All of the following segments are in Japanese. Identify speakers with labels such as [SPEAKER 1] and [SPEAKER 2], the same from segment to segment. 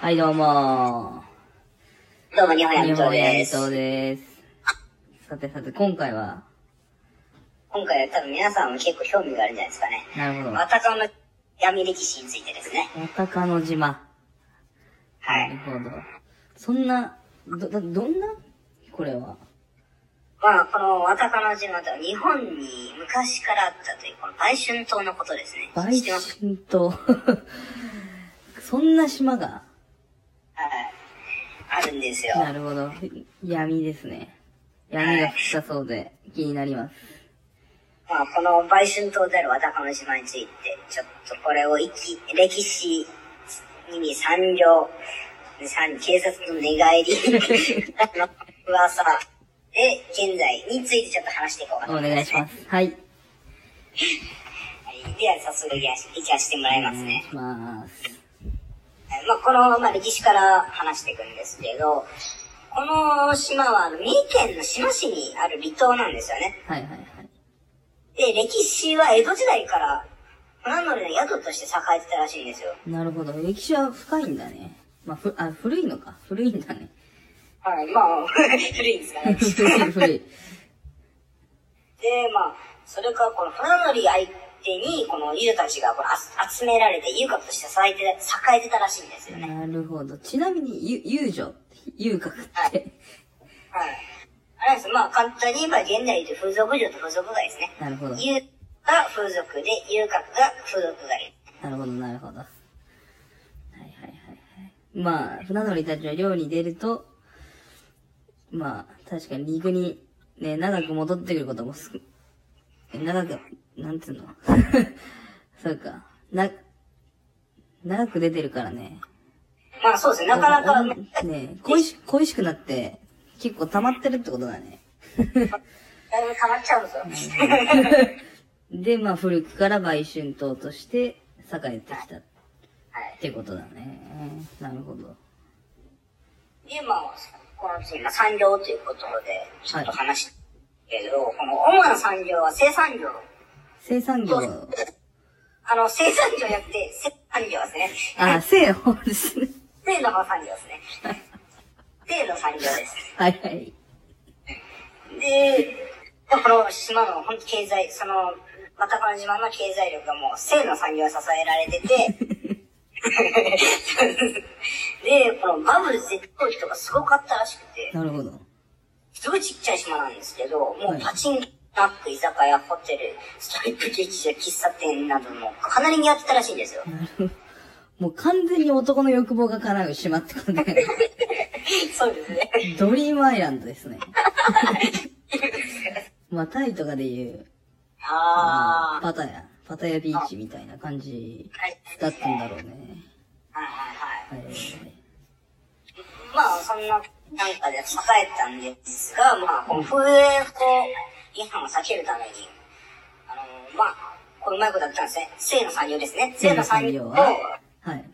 [SPEAKER 1] はい、どうも
[SPEAKER 2] どうも、日本
[SPEAKER 1] ー。
[SPEAKER 2] やりとう
[SPEAKER 1] や
[SPEAKER 2] で
[SPEAKER 1] り
[SPEAKER 2] す。
[SPEAKER 1] とうです。さてさて、今回は、
[SPEAKER 2] 今回は多分皆さんも結構興味があるんじゃないですかね。
[SPEAKER 1] なるほど。
[SPEAKER 2] またこの闇歴史についてですね。
[SPEAKER 1] お鷹の島。
[SPEAKER 2] は。
[SPEAKER 1] ないるほど。そんな、ど、どどんなこれは。
[SPEAKER 2] まあ、このワタカの島とは日本に昔からあったという、この売春島のことですね。
[SPEAKER 1] 売
[SPEAKER 2] 知ってますか
[SPEAKER 1] 春島。 そんな島が。
[SPEAKER 2] はい。あるんですよ。
[SPEAKER 1] なるほど。闇ですね。闇が降ったそうで気になります。
[SPEAKER 2] まあ、この売春島であるワタカの島について、ちょっとこれを一気歴史に三両、三、警察の寝返 り、あの噂で、現在についてちょっと話していこうか
[SPEAKER 1] お
[SPEAKER 2] と思い
[SPEAKER 1] 願
[SPEAKER 2] ま
[SPEAKER 1] い
[SPEAKER 2] す
[SPEAKER 1] し
[SPEAKER 2] ね。
[SPEAKER 1] ます。はい。
[SPEAKER 2] はいでは、早速行きます行きはしてもらい
[SPEAKER 1] お
[SPEAKER 2] ます
[SPEAKER 1] 願い
[SPEAKER 2] ね。
[SPEAKER 1] します。
[SPEAKER 2] はいまあ、この、まあ、歴史から話していくんですけど、この島は、あの三重県の志摩市にある離島なんですよね。
[SPEAKER 1] はいはいはい。
[SPEAKER 2] で、歴史は江戸時代から、船乗りの宿として栄えてたらしいんですよ。
[SPEAKER 1] なるほど。歴史は深いんだね。まあ、ふ、あ、古いのか。古いんだ ね。
[SPEAKER 2] はい、まあ、古いんですかね。で、
[SPEAKER 1] 古い、古い。
[SPEAKER 2] まあ、それからこの船乗り相手に、この優たちがこのあ集められて、遊郭として栄えて、栄えてたらしいんですよね。
[SPEAKER 1] なるほど。ちなみに、ゆ、遊女、遊郭って。
[SPEAKER 2] はい。あれなんですまあ、簡単に言えば現代で言うと風俗嬢と風俗街ですね。
[SPEAKER 1] なるほど。
[SPEAKER 2] 遊が風俗で、遊郭が風俗街。
[SPEAKER 1] なるほど、なるほど。はいはいはいはい。まあ、船乗りたちは漁に出ると、まあ、確かに陸に、ね、長く戻ってくることもすく、長く、なんつうの そうか。な、長く出てるからね。
[SPEAKER 2] まあそうですね、なかなか、
[SPEAKER 1] ねえ恋し、恋しくなって、結構溜まってるってことだね。
[SPEAKER 2] だいぶ溜まっちゃうんですよ。
[SPEAKER 1] で、まあ、古くから売春島として栄えてきたっ
[SPEAKER 2] はい。
[SPEAKER 1] てことだね。なるほど。
[SPEAKER 2] で、まあ、この次、まあ、産業ということで、ちょっと話してるけど、この主な産業は生産業。
[SPEAKER 1] 生産業、
[SPEAKER 2] あの、生産業やって、生産業ですね。
[SPEAKER 1] あ、生をですね。
[SPEAKER 2] 生の産業ですね。生の産業です。
[SPEAKER 1] はいはい。
[SPEAKER 2] で、この島の本当経済、その、マタカの島の経済力がもう、生の産業に支えられてて、 で、このバブル絶倒期とかすごかったらしくて、
[SPEAKER 1] なるほど。
[SPEAKER 2] すごいちっちゃい島なんですけど、も
[SPEAKER 1] は
[SPEAKER 2] う
[SPEAKER 1] い
[SPEAKER 2] パチンコ、スナック、居酒屋、ホテル、ストリップ劇場、喫茶店なども、かなりにやってたらしいんですよ。
[SPEAKER 1] もう完全に男の欲望が叶う島ってことで、
[SPEAKER 2] そうですね。
[SPEAKER 1] ドリームアイランドですね。まあ、タイとかでいう、
[SPEAKER 2] ああ。
[SPEAKER 1] パタヤ、パタヤビーチみたいな感じ
[SPEAKER 2] はい。
[SPEAKER 1] だったんだろうね。
[SPEAKER 2] はいはいはい。
[SPEAKER 1] はいはいはい。
[SPEAKER 2] まあ、そんな、なんかで栄えたんですが、まあ、この風営法違反を避けるために、あのまあ、これうまいことやったんですね。性の産業ですね。性の産業を、が
[SPEAKER 1] は、はい。
[SPEAKER 2] っ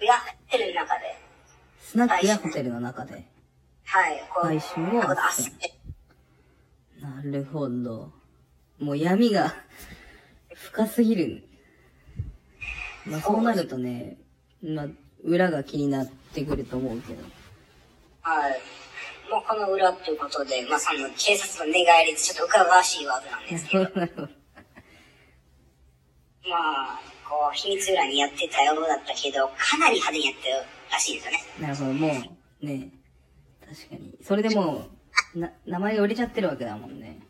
[SPEAKER 2] てる中で、
[SPEAKER 1] スナックやホテルの中で。
[SPEAKER 2] はい、こう、
[SPEAKER 1] 買収を
[SPEAKER 2] こうあっって、
[SPEAKER 1] なるほど。もう闇が 深すぎる。まあそうなるとね、まあ裏が気になってくると思うけど。
[SPEAKER 2] はい。もうこの裏ということで、まあ、その、警察の寝返りってちょっと伺わしいワードなんですけど、まあ、こう、秘密裏にやってたようだったけど、かなり派手にやってるらしいですよね。
[SPEAKER 1] なるほど、もうね、確かに。それでもう、な、名前が売れちゃってるわけだもんね。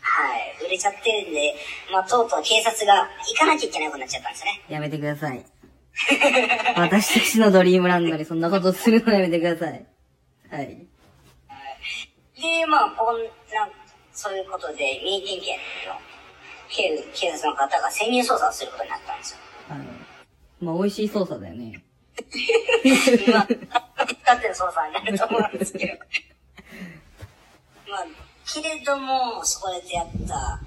[SPEAKER 2] はい、売れちゃってるんで、まあ、とうとう警察が行かなきゃいけなくなっちゃったんですね。
[SPEAKER 1] やめてくださ い。私たちのドリームランドにそんなことするのやめてください。はい。
[SPEAKER 2] で、まあ、こんな、そういうことで、三重県警の警警察の方が潜入捜査をすることになったんですよ。
[SPEAKER 1] あの、まあ美味しい操作だよね。
[SPEAKER 2] まあ、使ってる捜査になると思うんですけど。まあ、けれども、そこで出会った、あ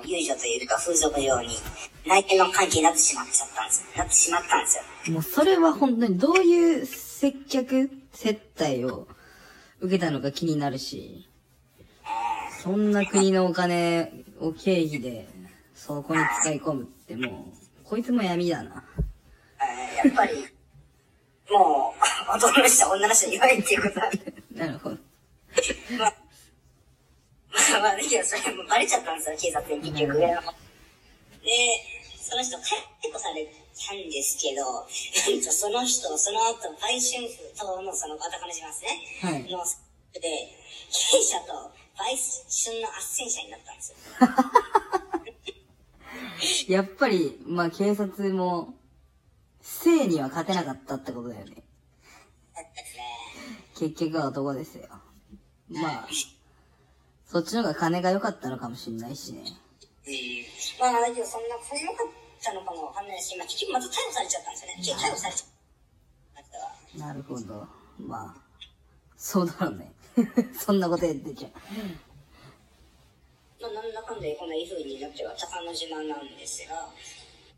[SPEAKER 2] の、遊女というか風俗嬢に、内見の関係になってしまっちゃったんです。なってしまったんですよ。
[SPEAKER 1] もうそれは本当にどういう接客、接待を受けたのか気になるし、そんな国のお金を経費でそこに使い込むってもう、こいつも闇だな。
[SPEAKER 2] えーやっぱり、もう、 男の人は女の人に弱いっていうことなんで。
[SPEAKER 1] なるほど。
[SPEAKER 2] まあ、 まあまあ、だけどそれもバレちゃったんですよ、警察に結局。
[SPEAKER 1] う
[SPEAKER 2] で、その人逮捕されたんですけど、なんとその人、その後、売春婦等のそのバタカの島ですね。
[SPEAKER 1] はい
[SPEAKER 2] の、で、経営者と売春の斡旋者になったんですよ。
[SPEAKER 1] やっぱり、まあ警察も、性には勝てなかったってことだよね。
[SPEAKER 2] だったですね。
[SPEAKER 1] 結局は男ですよ。まあ、そっちの方が金が良かったのかもしんないしね。
[SPEAKER 2] まあ、だけどそんな、それ良かったのかもわかんないし、まあ結局また逮捕されちゃったんですよね。逮捕されちゃったんですよ。
[SPEAKER 1] なるほど。まあ、そうだろうね。 そんなことやってちゃ。
[SPEAKER 2] まあ、なんだかんだこんないい風になっては高野島なんですが、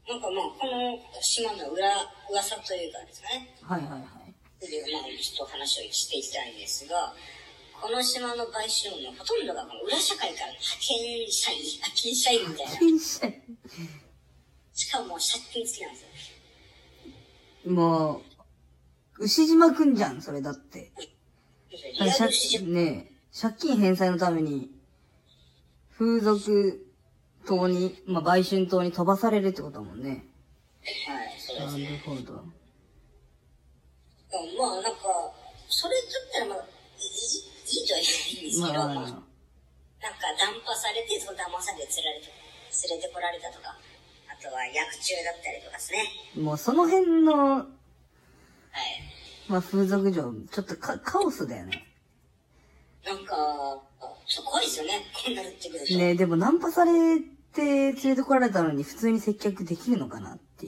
[SPEAKER 2] なんかまあ、この島の裏、噂というかですね、
[SPEAKER 1] はいはいはい。
[SPEAKER 2] というまあ、ちょっと話をしていきたいんですが、この島の買収のほとんどがこの裏社会からの派遣社員、派遣社員みたいな。
[SPEAKER 1] 禁止
[SPEAKER 2] しかも借金付きなんですよ。
[SPEAKER 1] もう、牛島くんじゃん、それだって。
[SPEAKER 2] リアル市場
[SPEAKER 1] 借ねえ、借金返済のために、風俗島に、まあ、売春島に飛ばされるってことだもんね。
[SPEAKER 2] はい、そうで
[SPEAKER 1] な
[SPEAKER 2] す
[SPEAKER 1] る
[SPEAKER 2] ね。
[SPEAKER 1] ほど。
[SPEAKER 2] でもまあ、なんか、それだったらまあ、いい、いいとは言えないんです
[SPEAKER 1] ま
[SPEAKER 2] け
[SPEAKER 1] あ
[SPEAKER 2] ど、まあ
[SPEAKER 1] まあ、
[SPEAKER 2] なんか、ダンパされて、その騙されて連れて、連れてこられたとか、あとは薬中だったりとかですね。
[SPEAKER 1] もうその辺の、
[SPEAKER 2] はい。
[SPEAKER 1] まあ、風俗嬢、ちょっとカカオスだよね。
[SPEAKER 2] なんか、ちょっと怖いですよね。こんなのってくると。
[SPEAKER 1] ねえ、でもナンパされて連れてこられたのに普通に接客できるのかなって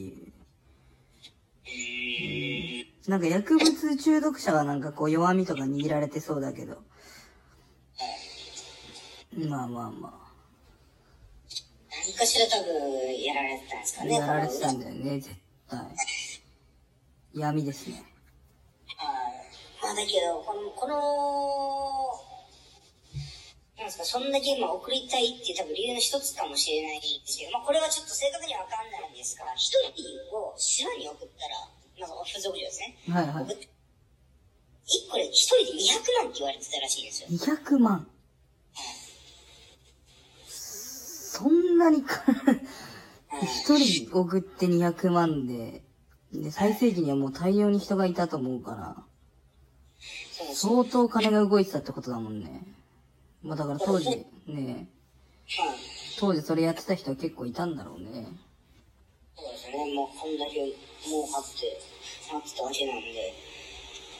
[SPEAKER 1] いう。なんか薬物中毒者はなんかこう弱みとか握られてそうだけど。まあまあまあ。
[SPEAKER 2] 何かしら多分、やられてたんですかね。
[SPEAKER 1] やられてた
[SPEAKER 2] はい。
[SPEAKER 1] んだよね、絶対。闇ですね。
[SPEAKER 2] まあ、だけど、この、この、なんですか、そんだけ今送りたいっていう多分理由の一つかもしれないんですけど、まあ、これはちょっと正確にはわかんないんですが、一人を島に送ったら、まあ、付属料ですね。
[SPEAKER 1] はいはい。
[SPEAKER 2] 一個で一人で200万って言われてたらしいんですよ。
[SPEAKER 1] 200万。そんなにか、一人送って200万で、で、最盛期にはもう大量に人がいたと思うから、
[SPEAKER 2] そうです
[SPEAKER 1] 相当金が動いてたってことだもんね。まあだから当時、ね
[SPEAKER 2] はい。
[SPEAKER 1] 当時それやってた人は結構いたんだろうね。
[SPEAKER 2] そうですね。もうこんだけ儲かって、なってたわけなんで、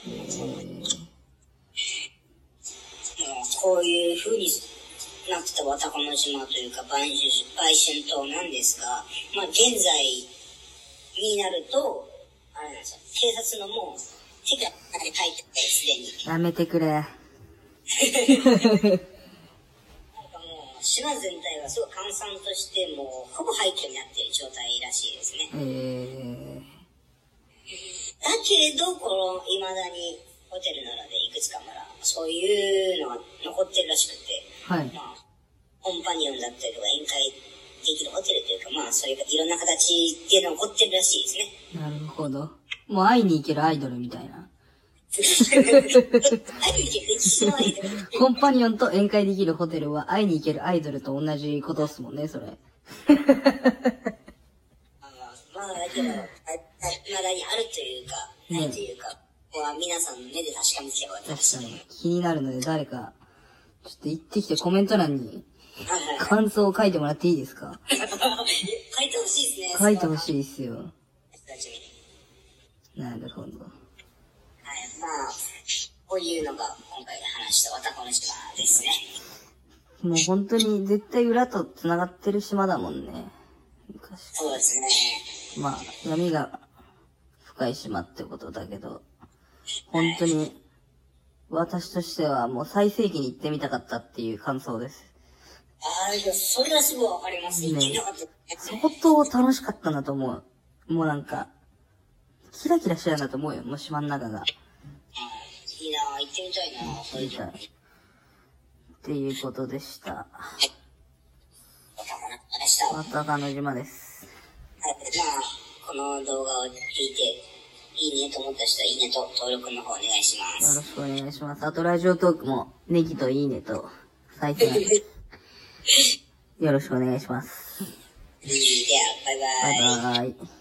[SPEAKER 1] えー
[SPEAKER 2] まあ、こういう風になってたわたこの島というか、売春、売春島なんですが、まあ、現在になると、あれなんですよ。警察のもう、手が入ってて、すでに。
[SPEAKER 1] やめてくれ。
[SPEAKER 2] なんかもう、島全体がすごい閑散として、もう、ほぼ廃墟になっている状態らしいですね。
[SPEAKER 1] え
[SPEAKER 2] だけど、この、未だにホテルなどでいくつか村、そういうのが残ってるらしくて、
[SPEAKER 1] ー、はい。
[SPEAKER 2] まあ、コンパニオンだったりとか宴会できるホテルというか、まあ、そういういろんな形で残ってるらしいですね。
[SPEAKER 1] なるほど。もう会いに行けるアイドルみたいな。
[SPEAKER 2] ある意味、歴史のアイドル。
[SPEAKER 1] コンパニオンと宴会できるホテルは会いに行けるアイドルと同じことっすもんね、それ。
[SPEAKER 2] まあ、まあ、だけど、ああ未だにあるというか、ないというか、ここは皆さんの目で確かめては
[SPEAKER 1] 確
[SPEAKER 2] 私
[SPEAKER 1] か
[SPEAKER 2] は
[SPEAKER 1] に。気になるので誰か、ちょっと行ってきてコメント欄に
[SPEAKER 2] いはいはい。
[SPEAKER 1] 感想を書いてもらっていいですか
[SPEAKER 2] 書いてほしいですね。
[SPEAKER 1] 書いてほ
[SPEAKER 2] い。
[SPEAKER 1] しいですよ。なるほど。
[SPEAKER 2] はい、まあ、こういうのが今回の話したわたこの島ですね。
[SPEAKER 1] もう本当に絶対裏と繋がってる島だもんね。昔。
[SPEAKER 2] そうですね。
[SPEAKER 1] まあ、闇が深い島ってことだけど、本当に私としてはもう最盛期に行ってみたかったっていう感想です。
[SPEAKER 2] ああ、いやそれはすごいわかります。
[SPEAKER 1] ね
[SPEAKER 2] 言ってなかったですね。
[SPEAKER 1] 相当楽しかったなと思う。もうなんか、キラキラしてたんだと思うよ、もう島の中が。
[SPEAKER 2] うんいいなぁ、行ってみたいなぁ、そういう
[SPEAKER 1] み
[SPEAKER 2] と
[SPEAKER 1] た
[SPEAKER 2] こ
[SPEAKER 1] い。っていうことでした。
[SPEAKER 2] わかんなかったでした。はい、ま
[SPEAKER 1] また鹿の島です。
[SPEAKER 2] あ、この動画を聞いて、いいねと思った人はいいねと登録の方お願いしま
[SPEAKER 1] よろ
[SPEAKER 2] す。
[SPEAKER 1] しくお願いします。あと、ラジオトークも、ネギといいねと、再生。よろしくお願いします。
[SPEAKER 2] うんでは、バイバ
[SPEAKER 1] バ
[SPEAKER 2] イ
[SPEAKER 1] イ。バイ。